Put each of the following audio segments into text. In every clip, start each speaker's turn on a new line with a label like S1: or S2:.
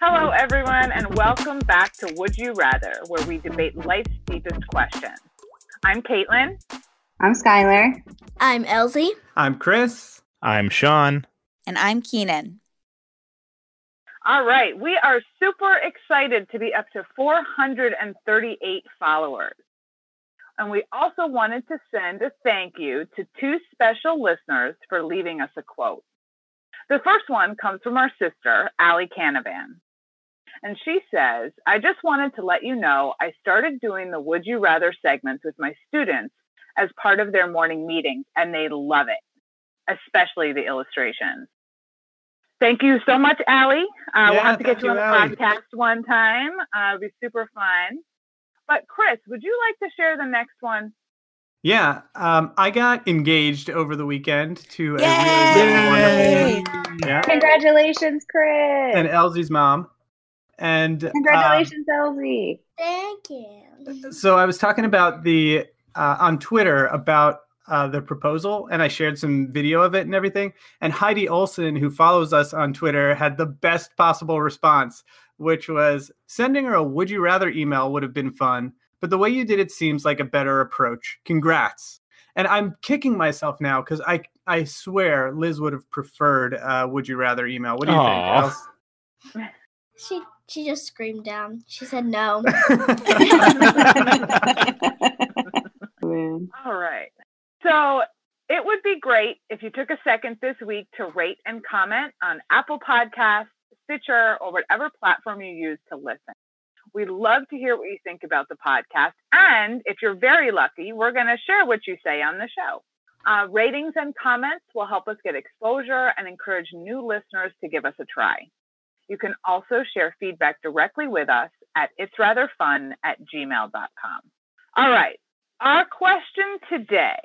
S1: Hello, everyone, and welcome back to Would You Rather, where we debate life's deepest questions. I'm Caitlin.
S2: I'm Skylar.
S3: I'm Elsie.
S4: I'm Chris.
S5: I'm Sean.
S6: And I'm Keenan.
S1: All right, we are super excited to be up to 438 followers. And we also wanted to send a thank you to two special listeners for leaving us a quote. The first one comes from our sister, Allie Canavan. And she says, I just wanted to let you know I started doing the Would You Rather segments with my students as part of their morning meetings, and they love it, especially the illustrations. Thank you so much, Allie. Uh, we'll
S4: Yeah,
S1: have to get
S4: thank
S1: you on
S4: you,
S1: the
S4: Allie.
S1: podcast one time. Uh, it'll be super fun. But Chris, would you like to share the next one?
S4: Yeah, um, I got engaged over the weekend to a really, really
S6: Yay!
S4: wonderful yeah,
S2: Congratulations, Chris.
S4: and um, Elsie's mom. And um,
S2: Congratulations, Elsie.
S3: Thank you.
S4: so I was talking about the uh, on Twitter about uh, the proposal, and I shared some video of it and everything. And Heidi Olson, who follows us on Twitter, had the best possible response, which was sending her a "Would you rather" email would have been fun, but the way you did it seems like a better approach. Congrats! And I'm kicking myself now because I I swear Liz would have preferred uh, "Would you rather" email. What do you
S5: Aw.
S3: She she just screamed down. She said no.
S4: think? Alice?
S2: Man.
S1: All right. So it would be great if you took a second this week to rate and comment on Apple Podcasts, Stitcher, or whatever platform you use to listen. We'd love to hear what you think about the podcast. And if you're very lucky, we're going to share what you say on the show. Uh, ratings and comments will help us get exposure and encourage new listeners to give us a try. You can also share feedback directly with us at it's rather fun at gmail.com. All right. Our question today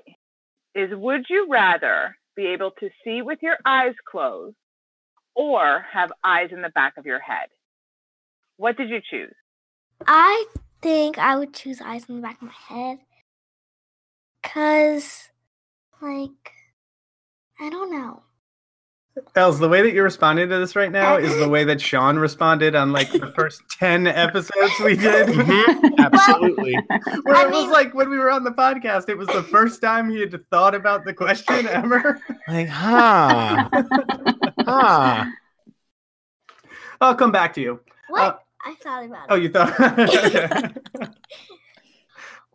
S1: is Would you rather be able to see with your eyes closed or have eyes in the back of your head? What did you choose?
S3: I think I would choose eyes in the back of my head. Cause like I don't know.
S4: Els, the way that you're responding to this right now is the way that Sean responded on like the first 10 episodes we did. Where
S5: Absolutely.
S3: I
S4: it was
S3: mean-
S4: like when we were on the podcast, it was the first time he had thought about the question ever.
S5: like, huh. huh.
S4: I'll come back to you.
S3: What I thought about
S4: Oh,
S3: it.
S4: you thought? Okay.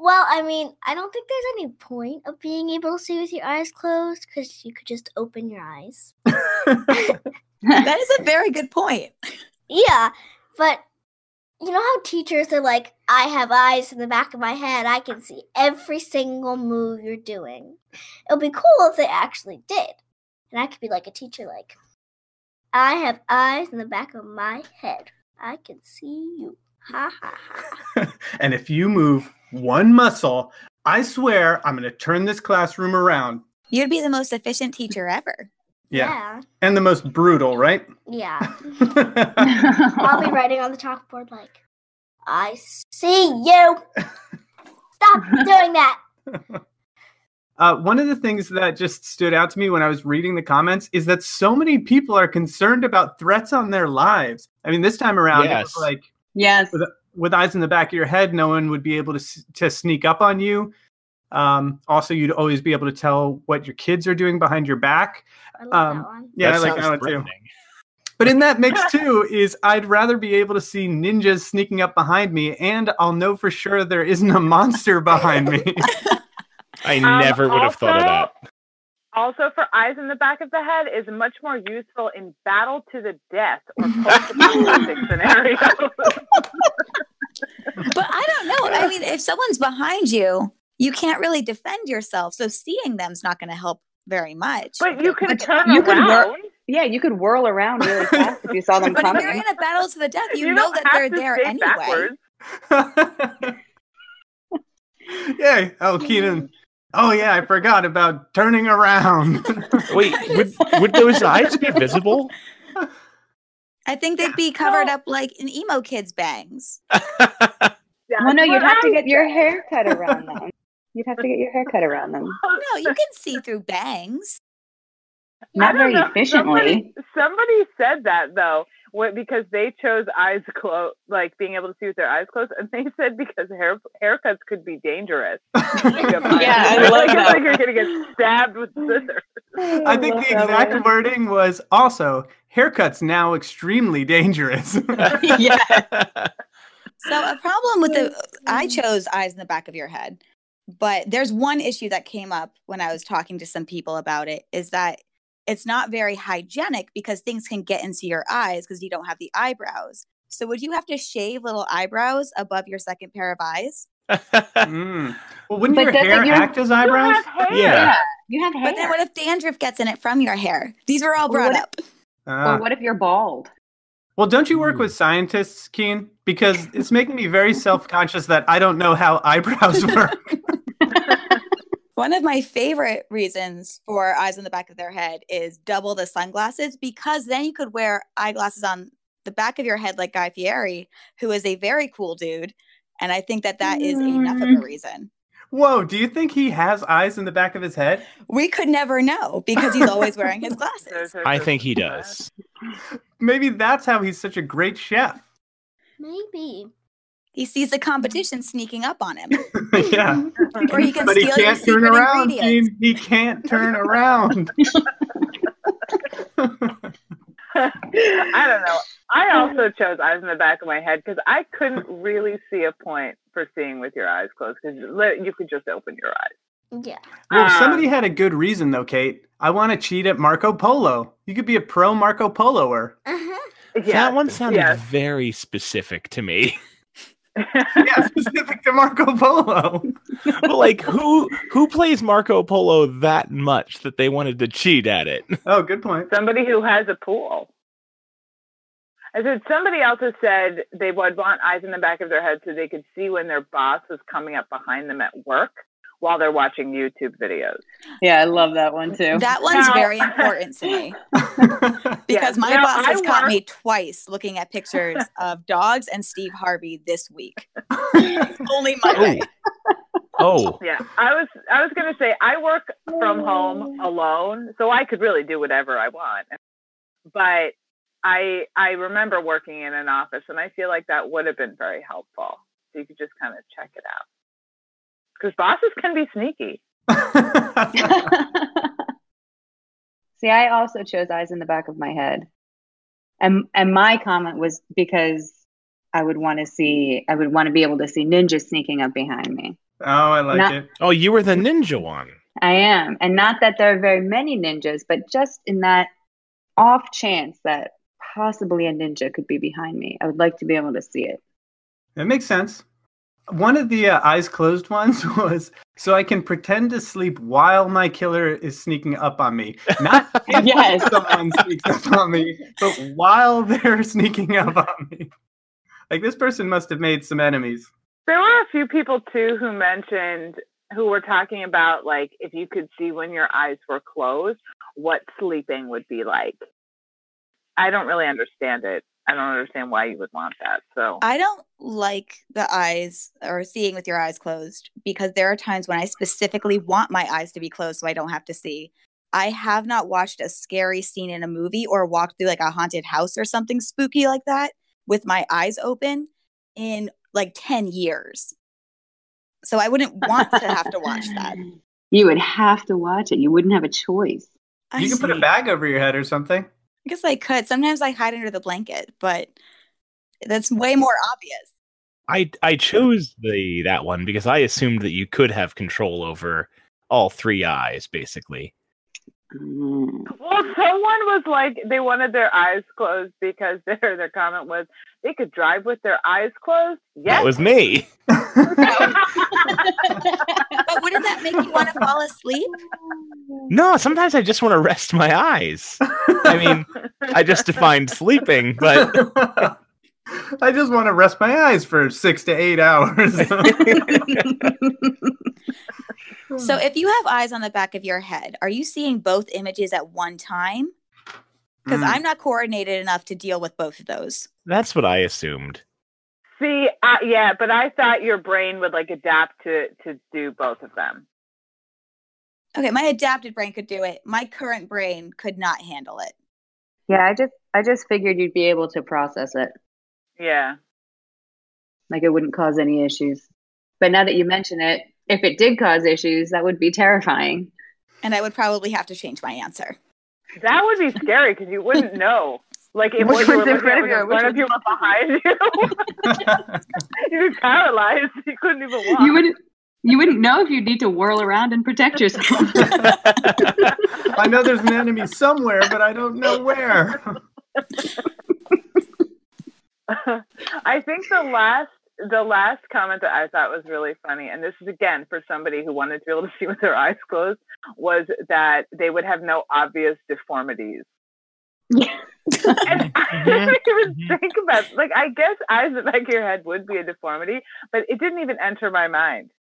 S3: Well, I mean, I don't think there's any point of being able to see with your eyes closed because you could just open your eyes.
S6: That is a very good point.
S3: Yeah, but you know how teachers are like, I have eyes in the back of my head. I can see every single move you're doing. It would be cool if they actually did. And I could be like a teacher, like, I have eyes in the back of my head. I can see you. Ha ha ha.
S4: and if you move one muscle, I swear I'm going to turn this classroom around.
S6: You'd be the most efficient teacher ever.
S4: Yeah. And the most brutal, right?
S3: Yeah. yeah.
S4: All
S3: I'll be writing on the chalkboard, like, I see you. Stop doing that.
S4: Uh, one of the things that just stood out to me when I was reading the comments is that so many people are concerned about threats on their lives. I mean, this time around, it was
S5: Yes.
S4: like
S2: yes.
S4: with eyes in the back of your head, no one would be able to s- to sneak up on you. Um, also, you'd always be able to tell what your kids are doing behind your back.
S3: I love
S4: Um,
S3: that one.
S4: Yeah, I
S5: That
S4: like
S5: sounds
S4: that one too.
S5: threatening.
S4: But in that mix too is I'd rather be able to see ninjas sneaking up behind me, and I'll know for sure there isn't a monster behind me.
S5: I
S1: Um,
S5: never would have thought of that.
S1: also- Also, for eyes in the back of the head is much more useful in battle to the death or post-apocalyptic scenarios.
S6: But I don't know. I mean, if someone's behind you, you can't really defend yourself. So seeing them's not going to help very much.
S1: But you can
S6: But-
S1: turn
S2: You can
S1: around.
S2: work- Yeah, you could whirl around really fast if you saw them
S6: But if you're
S2: coming.
S6: in a battle to the death, you,
S1: You
S6: know
S1: don't
S6: that
S1: have
S6: they're
S1: to
S6: there
S1: stay
S6: anyway.
S1: backwards.
S4: Yay! Oh, Keenan. Oh yeah, I forgot about turning around.
S5: Wait, would, would those eyes be visible?
S6: I think they'd be covered
S1: No.
S6: up like an emo kid's bangs.
S1: That's
S2: Well, Oh, no,
S1: what
S2: you'd have to
S1: I
S2: get your hair cut around them. You'd have to get your hair cut around them.
S6: No, you can see through bangs.
S1: I
S2: Not
S1: don't
S2: very
S1: know.
S2: efficiently.
S1: Somebody, somebody said that though, wh- because they chose eyes closed, like being able to see with their eyes closed, and they said because hair haircuts could be dangerous. yeah,
S2: Yeah, I love
S1: like, It's
S2: that.
S1: like you're gonna get stabbed with scissors.
S4: I think
S2: love
S4: the
S2: that
S4: exact
S2: one.
S4: wording was also haircuts now extremely dangerous.
S2: yeah.
S6: So a problem with the I
S2: Mm.
S6: chose eyes in the back of your head. But there's one issue that came up when I was talking to some people about it is that it's not very hygienic because things can get into your eyes because you don't have the eyebrows. So would you have to shave little eyebrows above your second pair of eyes?
S4: Mm. Well, wouldn't
S2: But
S4: your
S2: doesn't
S4: hair
S2: your-
S4: act as
S1: You
S4: eyebrows?
S1: have hair.
S5: Yeah.
S2: You have hair.
S6: But then what if dandruff gets in it from your hair? These were all
S2: Well, what
S6: brought
S2: if-
S6: up.
S4: Ah.
S2: or what if you're bald?
S4: Well, don't you work with scientists, Keen? Because it's making me very self-conscious that I don't know how eyebrows work.
S6: One of my favorite reasons for eyes on the back of their head is double the sunglasses because then you could wear eyeglasses on the back of your head like Guy Fieri, who is a very cool dude. And I think that that is enough
S1: Mm.
S6: of a reason.
S4: Whoa, do you think he has eyes in the back of his head?
S6: We could never know because he's always wearing his
S1: Those
S6: glasses.
S1: are
S5: I
S1: just
S5: think he
S1: the
S5: does.
S4: Maybe that's how he's such a great chef.
S3: Maybe.
S6: He sees the competition sneaking up on him.
S4: yeah.
S6: Or you can
S4: but he
S6: steal your
S4: can't turn
S6: secret
S4: around,
S6: ingredients.
S4: Keen. He can't turn around.
S1: best. I don't know. I also chose eyes in the back of my head because I couldn't really see a point for seeing with your eyes closed because you could just open your eyes.
S3: Yeah.
S4: well, if
S1: Um,
S4: somebody had a good reason though, Kate. I want to cheat at Marco Polo. You could be a pro Marco Poloer.
S3: Uh-huh.
S1: yeah.
S5: That one sounded
S1: yes.
S5: very specific to me.
S4: Yeah, specific to Marco Polo.
S5: but like who who plays Marco Polo that much that they wanted to cheat at it?
S4: Oh, good point.
S1: somebody who has a pool. I said somebody also said they would want eyes in the back of their head so they could see when their boss was coming up behind them at work while they're watching YouTube videos.
S2: Yeah, I love that one too.
S6: That one's
S1: Now-
S6: very important to me
S4: Oh,
S6: because my
S1: Now,
S6: boss
S1: I
S6: has caught
S1: work-
S6: me twice looking at pictures of dogs and Steve Harvey this week. Only my
S5: Oh.
S6: way.
S5: Oh.
S1: Yeah, I was I was gonna say I work from home alone, so I could really do whatever I want. But I I remember working in an office, and I feel like that would have been very helpful. So you could just kind of check it out because bosses can be sneaky.
S2: See, I also chose eyes in the back of my head. And and my comment was because I would want to see I would want to be able to see ninjas sneaking up behind me.
S4: Oh, I like
S2: Not-
S4: it.
S5: Oh, you were the ninja one.
S2: I am. And not that there are very many ninjas, but just in that off chance that possibly a ninja could be behind me. I would like to be able to see it.
S4: That makes sense. One of the uh, eyes closed ones was so I can pretend to sleep while my killer is sneaking up on me. Not if
S2: Yes.
S4: someone sneaks up on me, but while they're sneaking up on me. Like this person must have made some enemies.
S1: There were a few people too who mentioned who were talking about like if you could see when your eyes were closed, what sleeping would be like. I don't really understand it. I don't understand why you would want that. So
S6: I don't like the eyes or seeing with your eyes closed because there are times when I specifically want my eyes to be closed so I don't have to see. I have not watched a scary scene in a movie or walked through like a haunted house or something spooky like that with my eyes open in like 10 years. So I wouldn't want to have to watch that.
S2: You would have to watch it. You wouldn't have a choice.
S6: I
S4: you can put a
S6: see.
S4: bag over your head or something.
S6: I guess I could. Sometimes I hide under the blanket, but that's way more obvious.
S5: I I chose the that one because I assumed that you could have control over all three eyes basically.
S2: Mm.
S1: Well, someone was like they wanted their eyes closed because their their comment was they could drive with their eyes closed.
S5: That
S1: Yes.
S5: was me.
S6: But wouldn't that make you want to fall asleep?
S5: No, sometimes I just want to rest my eyes. I mean, I just defined sleeping, but
S4: I just want to rest my eyes for six to eight hours.
S6: So if you have eyes on the back of your head, are you seeing both images at one time? Because
S4: Mm.
S6: I'm not coordinated enough to deal with both of those.
S5: that's what I assumed.
S1: See, uh, yeah, but I thought your brain would like adapt to to do both of them.
S6: Okay, my adapted brain could do it. My current brain could not handle it.
S2: Yeah, I just I just figured you'd be able to process it.
S1: Yeah.
S2: Like it wouldn't cause any issues. But now that you mention it, if it did cause issues, that would be terrifying.
S6: And I would probably have to change my answer.
S1: That would be scary because you wouldn't know. Like if
S2: Which
S1: what you were
S2: one's
S1: looking at
S2: in front
S1: was
S2: of you
S1: in
S2: and which
S1: front of you or behind you, you'd be paralyzed. You couldn't even walk.
S2: You wouldn't you wouldn't know if you'd need to whirl around and protect yourself.
S4: I know there's an enemy somewhere, but I don't know where.
S1: I think the last the last comment that I thought was really funny, and this is again for somebody who wanted to be able to see with their eyes closed, was that they would have no obvious deformities.
S2: Yeah.
S1: and
S2: Mm-hmm.
S1: I didn't even think about like I guess eyes in the back of your head would be a deformity, but it didn't even enter my mind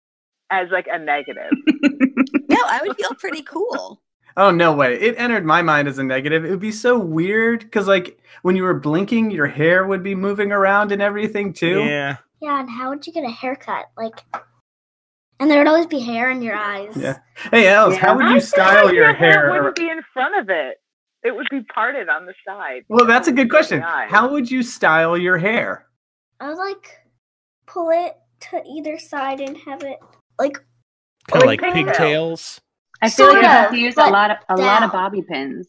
S1: as like a negative.
S6: No, I would feel pretty cool.
S4: Oh no way! It entered my mind as a negative. It would be so weird because, like, when you were blinking, your hair would be moving around and everything too.
S5: Yeah.
S3: Yeah, and how would you get a haircut? Like, and there would always be hair in your eyes.
S4: Yeah. Hey, Els,
S2: Yeah.
S4: how would
S1: I
S4: you
S1: feel
S4: style
S1: like
S4: your hair?
S1: wouldn't be in front of it. It would be parted on the side.
S4: well, that's a good question.
S1: The eye.
S4: How would you style your hair?
S3: I would like pull it to either side and have it like
S5: Kind of
S1: Like
S5: like
S1: pigtail.
S5: pigtails.
S2: I feel like
S3: Sort
S2: you have
S3: of,
S2: to use a
S3: but
S2: lot of a lot
S3: down.
S2: of bobby pins.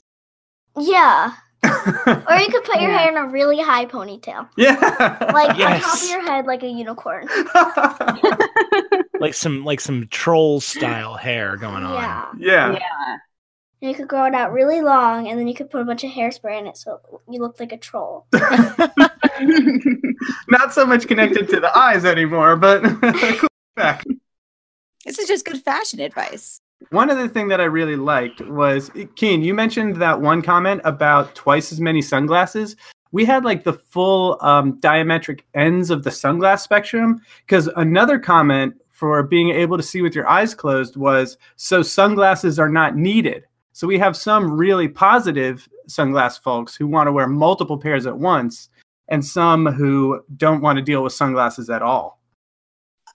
S3: yeah, or you could put your
S2: Yeah.
S3: hair in a really high ponytail,
S4: yeah.
S3: like on top
S5: Yes.
S3: of your head, like a unicorn.
S5: like some like some troll style hair going on.
S3: Yeah,
S4: yeah.
S2: yeah.
S3: and you could grow it out really long, and then you could put a bunch of hairspray in it, so you look like a troll.
S4: Not so much connected to the eyes anymore, but cool fact.
S6: This is just good fashion advice.
S4: One other thing that I really liked was Keen, you mentioned that one comment about twice as many sunglasses. We had like the full um, diametric ends of the sunglass spectrum because another comment for being able to see with your eyes closed was so sunglasses are not needed. So we have some really positive sunglass folks who want to wear multiple pairs at once and some who don't want to deal with sunglasses at all.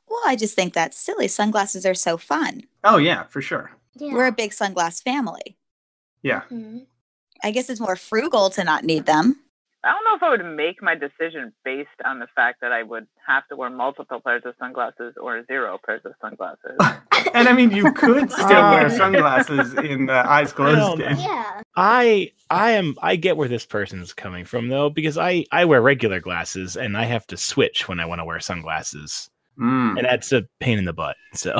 S6: Well, I just think that's silly. Sunglasses are so fun.
S4: Oh, yeah, for sure.
S3: Yeah.
S6: We're a big sunglass family.
S3: Mhm.
S6: I guess it's more frugal to not need them.
S1: I don't know if I would make my decision based on the fact that I would have to wear multiple pairs of sunglasses or zero pairs of sunglasses.
S4: And I mean, you could still wear
S5: Oh.
S4: sunglasses in the eyes closed.
S5: Hell no.
S3: Yeah.
S5: I I am I get where this person's coming from though because I I wear regular glasses and I have to switch when I want to wear sunglasses
S4: Mm.
S5: and that's a pain in the butt. So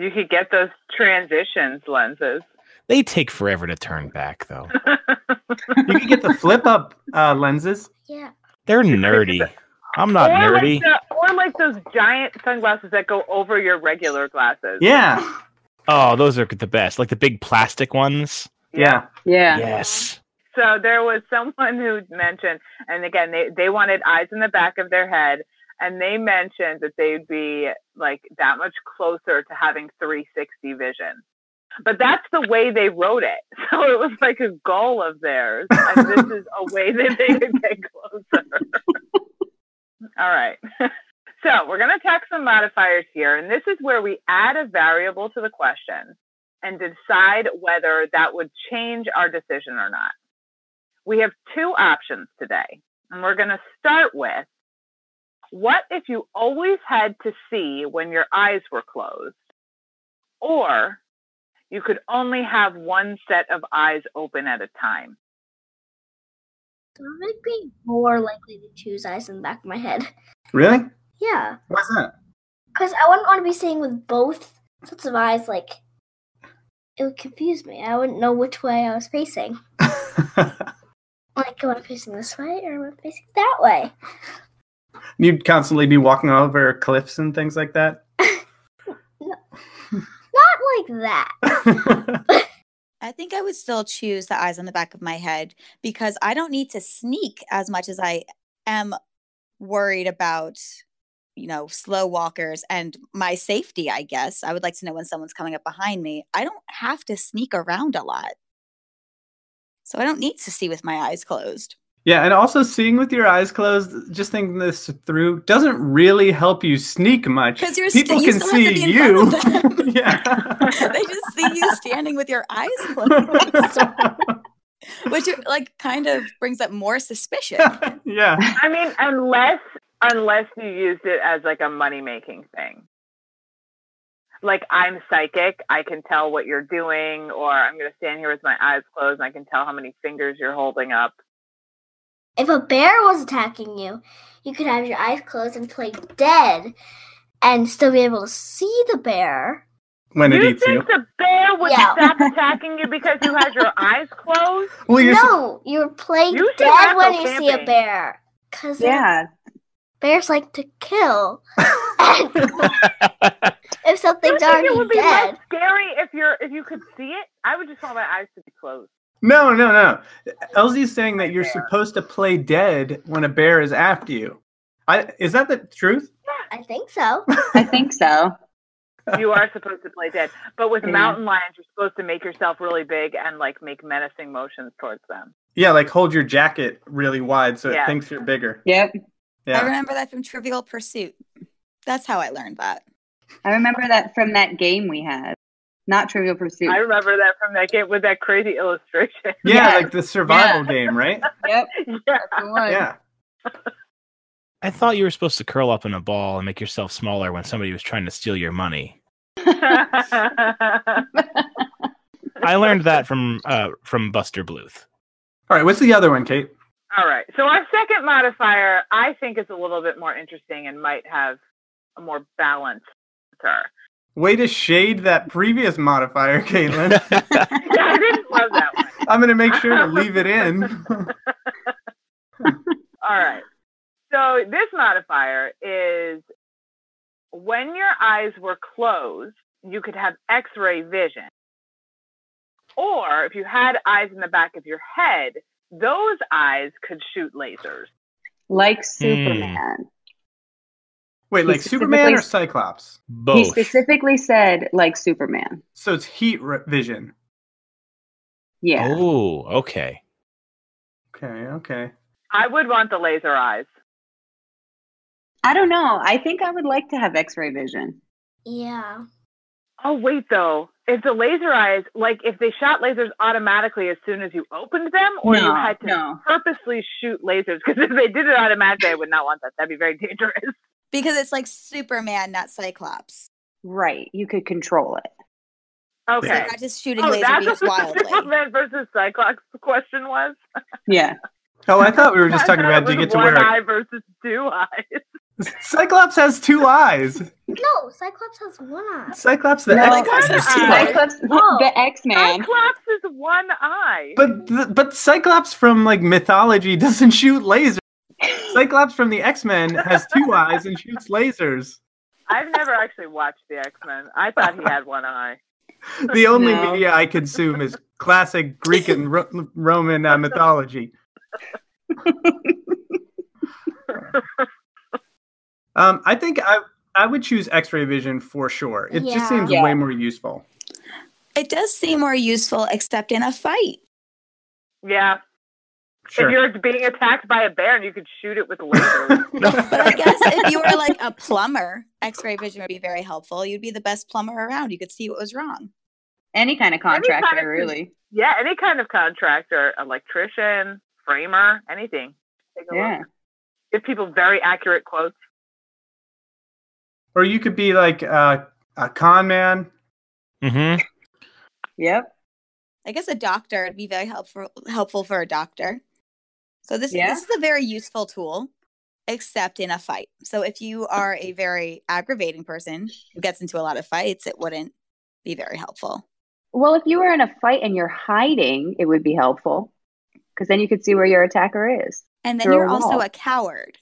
S1: You could get those transitions lenses.
S5: they take forever to turn back though.
S4: You could get the flip up uh, lenses.
S3: Yeah.
S5: They're nerdy. I'm not
S1: or
S5: nerdy.
S1: Like the, or like those giant sunglasses that go over your regular glasses.
S4: Yeah,
S5: Oh, those are the best. Like the big plastic ones.
S4: yeah.
S2: yeah.
S5: Yes.
S1: So there was someone who mentioned, and again, they, they wanted eyes in the back of their head, and they mentioned that they'd be like that much closer to having 360 vision. But that's the way they wrote it. So it was like a goal of theirs. And this is a way that they could get closer. All right. So we're going to tack some modifiers here. And this is where we add a variable to the question and decide whether that would change our decision or not. We have two options today, and we're going to start with what if you always had to see when your eyes were closed, or you could only have one set of eyes open at a time?
S3: That would make me more likely to choose eyes in the back of my head.
S4: Really?
S3: Yeah.
S4: What's that?
S3: Because I wouldn't want to be seeing with both sets of eyes, like, it would confuse me. I wouldn't know which way I was facing. Like, am I facing this way or am I facing that way?
S4: You'd constantly be walking over cliffs and things like that.
S3: Not like that.
S6: I think I would still choose the eyes on the back of my head because I don't need to sneak as much as I am worried about, you know, slow walkers and my safety, I guess. I would like to know when someone's coming up behind me. I don't have to sneak around a lot. So I don't need to see with my eyes closed.
S4: Yeah, and also seeing with your eyes closed, just thinking this through doesn't really help you sneak much.
S6: Because you're
S4: People
S6: st- you
S4: can
S6: still have to
S4: see
S6: be in
S4: you.
S6: front of them.
S4: yeah.
S6: they just see you standing with your eyes closed, which like kind of brings up more suspicion.
S4: yeah.
S1: I mean, unless unless you used it as like a money making thing. Like I'm psychic, I can tell what you're doing, or I'm gonna stand here with my eyes closed and I can tell how many fingers you're holding up.
S3: If a bear was attacking you, you could have your eyes closed and play dead and still be able to see the bear.
S4: When it
S1: you
S4: eats you.
S1: think the bear would
S3: Yeah.
S1: stop attacking you because you had your eyes closed?
S4: Well, you're s-
S3: no, you're playing
S1: You should
S3: dead
S1: not
S3: when
S1: go
S3: you see a
S1: camping.
S3: bear. Because
S2: Yeah.
S3: bears like to kill. and if
S1: You
S3: something's
S1: think it
S3: already
S1: would be
S3: dead,
S1: less scary if you're if you could see it? I would just want my eyes to be closed.
S4: no, no, no. Elsie's saying that you're supposed to play dead when a bear is after you. I, is that the truth?
S3: I think so.
S2: I think so.
S1: You are supposed to play dead, but with
S2: Yeah.
S1: mountain lions, you're supposed to make yourself really big and like make menacing motions towards them.
S4: Yeah, like hold your jacket really wide so it
S1: Yeah.
S4: thinks you're bigger.
S2: Yep.
S4: Yeah.
S6: I remember that from Trivial Pursuit. That's how I learned that.
S2: I remember that from that game we had. Not Trivial Pursuit.
S1: I remember that from that game with that crazy illustration.
S4: yeah,
S2: Yeah.
S4: like the survival game, right?
S2: Yep.
S1: yeah.
S2: That's the one.
S4: Yeah.
S5: I thought you were supposed to curl up in a ball and make yourself smaller when somebody was trying to steal your money. I learned that from uh, from Buster Bluth.
S4: All right, what's the other one, Kate?
S1: All right. So our second modifier, I think, is a little bit more interesting and might have a more balanced answer.
S4: Way to shade that previous modifier, Caitlin.
S1: Yeah, I didn't love that one.
S4: I'm going to make sure to leave it in.
S1: All right. So this modifier is when your eyes were closed, you could have x ray vision. Or if you had eyes in the back of your head, those eyes could shoot lasers.
S2: Like Superman.
S4: Wait,
S2: He
S4: like Superman
S2: specifically-
S4: or Cyclops?
S2: He
S5: Both.
S2: specifically said like Superman.
S4: So it's heat re- vision.
S2: Yeah.
S5: Oh, okay.
S4: Okay, okay.
S1: I would want the laser eyes.
S2: I don't know. I think I would like to have X-ray vision.
S3: yeah.
S1: Oh, wait, though. If the laser eyes, like if they shot lasers automatically as soon as you opened them, or you
S2: No,
S1: had to
S2: no.
S1: purposely shoot lasers, because if they did it automatically, I would not want that. That'd be very dangerous.
S6: Because it's like Superman, not Cyclops.
S2: Right. You could control it.
S1: Okay.
S6: So not just shooting
S1: oh,
S6: laser
S1: that's
S6: beams
S1: what the
S6: wildly.
S1: Superman versus Cyclox question was.
S2: Yeah.
S4: Oh, I thought we were just
S1: I
S4: talking
S1: thought
S4: about
S1: it
S4: do you
S1: was
S4: get to
S1: one
S4: wear
S1: eye versus two eyes.
S4: Cyclops has two eyes.
S3: No, Cyclops has one eye.
S4: Cyclops the
S2: No.
S4: X.
S6: Cyclops is
S1: Two eyes.
S2: Cyclops,
S3: Oh.
S2: the X-Man.
S1: Cyclops is one eye.
S4: But th- but Cyclops from like mythology doesn't shoot lasers. Cyclops from the X-Men has two eyes and shoots lasers.
S1: I've never actually watched the X Men. I thought he had one eye.
S4: The only
S2: No.
S4: media I consume is classic Greek and Ro- Roman uh, mythology. um, I think I I would choose X-ray vision for sure. It
S3: Yeah.
S4: just seems
S2: Yeah.
S4: way more useful.
S6: It does seem more useful, except in a fight.
S1: Yeah. If
S4: Sure.
S1: you're being attacked by a bear and you could shoot it with lasers.
S6: But I guess if you were like a plumber, X-ray vision would be very helpful. You'd be the best plumber around. You could see what was wrong.
S2: Any kind of contractor,
S1: kind of-
S2: really.
S1: yeah, any kind of contractor, electrician, framer, anything. Take a
S2: Yeah.
S1: look. Give people very accurate quotes.
S4: or you could be like uh, a con man.
S5: hmm
S2: Yep.
S6: I guess a doctor would be very helpful helpful for a doctor. So this
S2: Yeah.
S6: this is a very useful tool, except in a fight. So if you are a very aggravating person who gets into a lot of fights, it wouldn't be very helpful.
S2: Well, if you were in a fight and you're hiding, it would be helpful because then you could see where your attacker is.
S6: And then
S2: Through a
S6: you're also
S2: wall.
S6: a coward.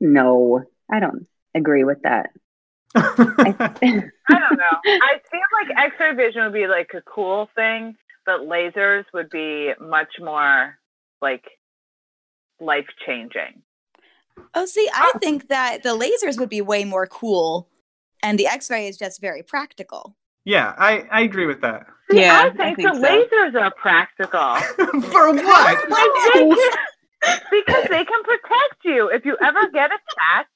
S2: No, I don't agree with that.
S1: I don't know. I feel like X-ray vision would be like a cool thing, but lasers would be much more like life changing.
S6: Oh, see, I think that the lasers would be way more cool, and the X-ray is just very practical.
S4: yeah, I, I agree with that.
S2: Yeah,
S1: I
S2: I
S1: think,
S2: think
S1: the
S2: so.
S1: lasers are practical.
S4: For what?
S1: I think you, if you ever get attacked,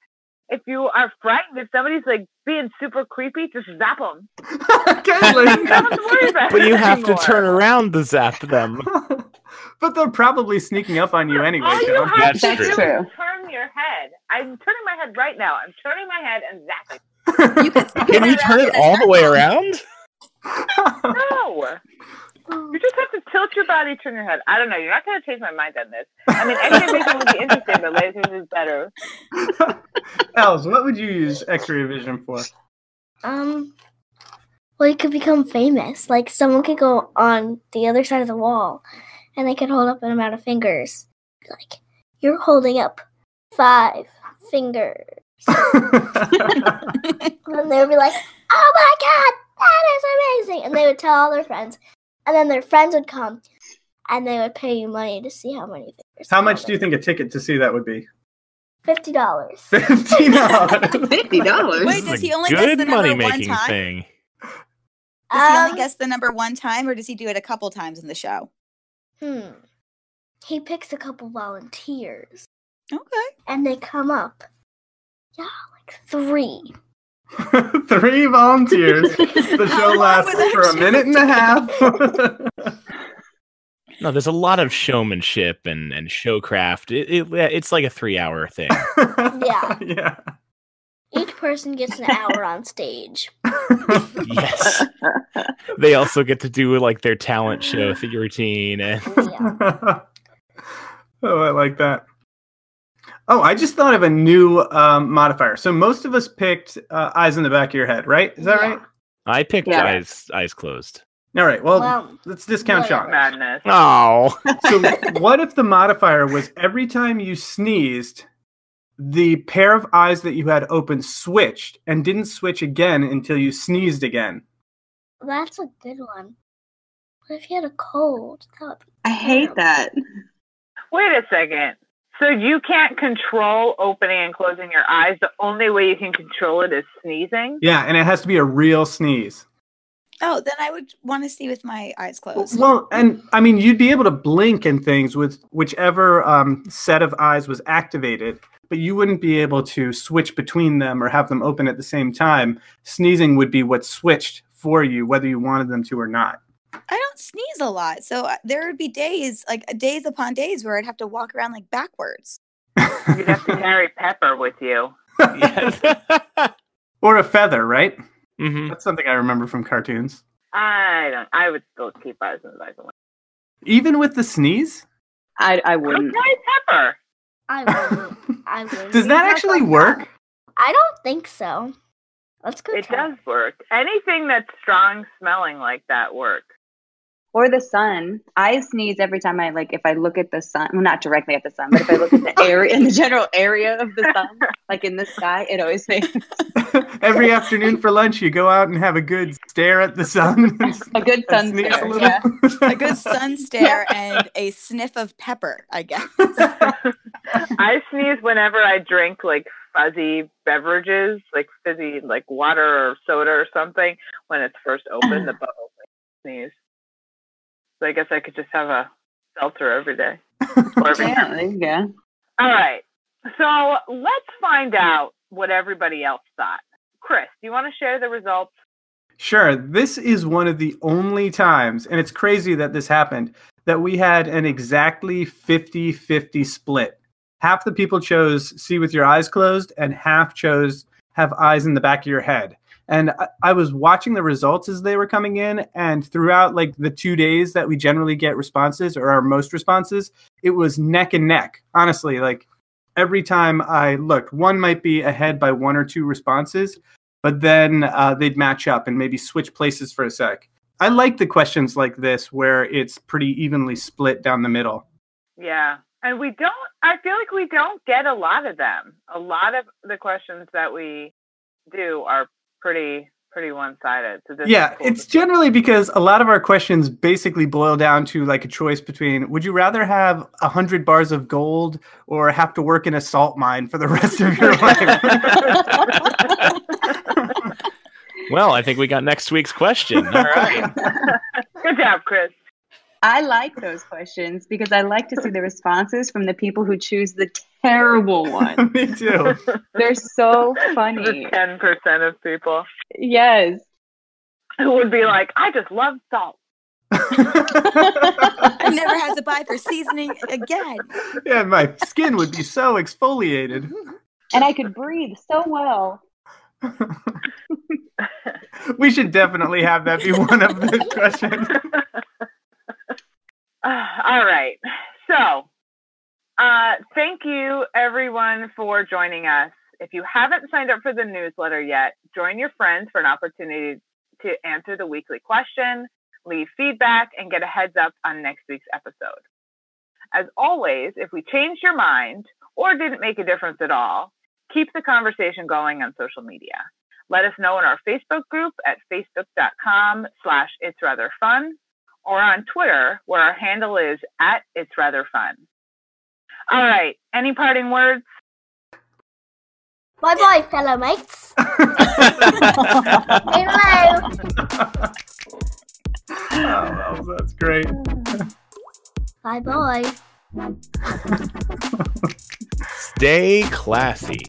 S1: if you are frightened, if somebody's like being super creepy, just zap them. You
S4: Caitlin.
S1: don't have to worry about
S5: But
S1: it
S5: you have to
S1: anymore.
S5: turn around to zap them.
S4: but they're probably sneaking up on you anyway.
S1: All you
S4: Caitlin.
S1: have
S5: That's
S1: to do
S5: true.
S1: is
S2: True.
S1: turn your head. I'm turning my head right now. I'm turning my head and zapping.
S6: You could
S5: Can you turn it all the way around?
S1: No. You just have to tilt your body, turn your head. I don't know. You're not going to change my mind on this. I mean, any revision would be interesting, but lasers is better.
S4: Els, what would you use X-ray vision for?
S3: Um, well, you could become famous. Like someone could go on the other side of the wall, and they could hold up an amount of fingers. Like you're holding up five fingers, and they would be like, "Oh my god, that is amazing!" And they would tell all their friends, and then their friends would come, and they would pay you money to see how many fingers.
S4: How much do you think a ticket to see that would be?
S3: Fifty dollars.
S4: Fifteen dollars.
S2: Fifty dollars.
S6: Wait,
S5: This
S6: does
S5: is
S6: he
S5: a
S6: only guess the
S5: good
S6: number
S5: money
S6: one
S5: making
S6: time?
S5: thing.
S6: Does he only
S3: Um,
S6: guess the number one time, or does he do it a couple times in the show?
S3: Hmm. He picks a couple volunteers.
S6: Okay.
S3: and they come up. Yeah, like three.
S4: Three volunteers. The
S6: How
S4: show
S6: long
S4: lasts
S6: would
S4: for a
S6: that
S4: minute and a half.
S5: No, there's a lot of showmanship and and showcraft. It, it it's like a three hour thing.
S3: Yeah.
S4: Yeah.
S3: Each person gets an hour on stage.
S5: yes. They also get to do like their talent show th- routine and
S3: Yeah.
S4: oh, I like that. Oh, I just thought of a new um, modifier. So most of us picked uh, eyes in the back of your head, right? Is that
S3: Yeah.
S4: right?
S5: I picked
S2: Yeah.
S5: eyes eyes closed.
S4: All right. Well,
S3: Well,
S4: let's discount Sean.
S3: whatever.
S1: Madness.
S5: Oh.
S4: So what if the modifier was every time you sneezed, the pair of eyes that you had open switched and didn't switch again until you sneezed again?
S3: that's a good one. What if you had a cold? That would be
S2: I hate that.
S1: Wait a second. So you can't control opening and closing your eyes. The only way you can control it is sneezing.
S4: Yeah, and it has to be a real sneeze.
S6: Oh, then I would want to see with my eyes closed.
S4: Well, and I mean, you'd be able to blink and things with whichever um, set of eyes was activated, but you wouldn't be able to switch between them or have them open at the same time. Sneezing would be what switched for you, whether you wanted them to or not.
S6: I don't sneeze a lot, so uh, there would be days, like days upon days, where I'd have to walk around like backwards.
S1: You'd have to carry pepper with you.
S4: or a feather, right?
S5: hmm
S4: That's something I remember from cartoons.
S1: I don't. I would still keep eyes in the back of my
S4: Even with the sneeze?
S2: I I
S1: head.
S2: wouldn't.
S1: Carry pepper.
S3: I wouldn't.
S4: Does
S3: I wouldn't. be
S4: that
S3: happy
S4: actually
S3: with
S4: work?
S3: I don't think so. Let's go.
S1: It
S3: try.
S1: does work. Anything that's strong smelling like that works.
S2: Or the sun. I sneeze every time I like if I look at the sun. Well, not directly at the sun, but if I look at the area in the general area of the sun, like in the sky, it always makes
S4: Every afternoon for lunch, you go out and have a good stare at the sun. and
S2: a good sun
S4: sneeze
S2: stare.
S4: a little.
S2: Yeah.
S6: A good sun stare and a sniff of pepper, I guess.
S1: I sneeze whenever I drink like fuzzy beverages, like fizzy, like water or soda or something. When it's first open, the bubbles like, sneeze. So I guess I could just have a seltzer every day. Or every
S2: Yeah, there you go.
S1: All right. So let's find out what everybody else thought. Chris, do you want to share the results?
S4: Sure. This is one of the only times, and it's crazy that this happened, that we had an exactly 50 50 split. Half the people chose see with your eyes closed, and half chose have eyes in the back of your head. And I, I was watching the results as they were coming in, and throughout like the two days that we generally get responses or our most responses, it was neck and neck. Honestly, like every time I looked, one might be ahead by one or two responses, but then uh, they'd match up and maybe switch places for a sec. I like the questions like this where it's pretty evenly split down the middle.
S1: Yeah. And we don't, I feel like we don't get a lot of them. A lot of the questions that we do are pretty, pretty one sided. So this is
S4: yeah,
S1: cool
S4: it's
S1: to see.
S4: generally because a lot of our questions basically boil down to like a choice between would you rather have a 100 bars of gold or have to work in a salt mine for the rest of your life?
S5: Well, I think we got next week's question. All right.
S1: Good job, Chris.
S2: I like those questions because I like to see the responses from the people who choose the terrible one.
S4: Me too.
S2: They're so funny.
S1: Ten percent of people
S2: Yes.
S1: who would be like, "I just love salt."
S6: I never had to buy for seasoning again.
S4: yeah, my skin would be so exfoliated.
S2: And I could breathe so well.
S4: We should definitely have that be one of the questions.
S1: Uh, all right. So, uh, thank you everyone for joining us. If you haven't signed up for the newsletter yet, join your friends for an opportunity to answer the weekly question, leave feedback, and get a heads up on next week's episode. As always, if we changed your mind or didn't make a difference at all, keep the conversation going on social media. Let us know in our Facebook group at facebook.com slash it's rather fun or on Twitter, where our handle is at It's Rather Fun. All right. Any parting words?
S3: Bye bye, fellow mates. Hello.
S4: Oh, that's great.
S3: Bye bye.
S5: Stay classy.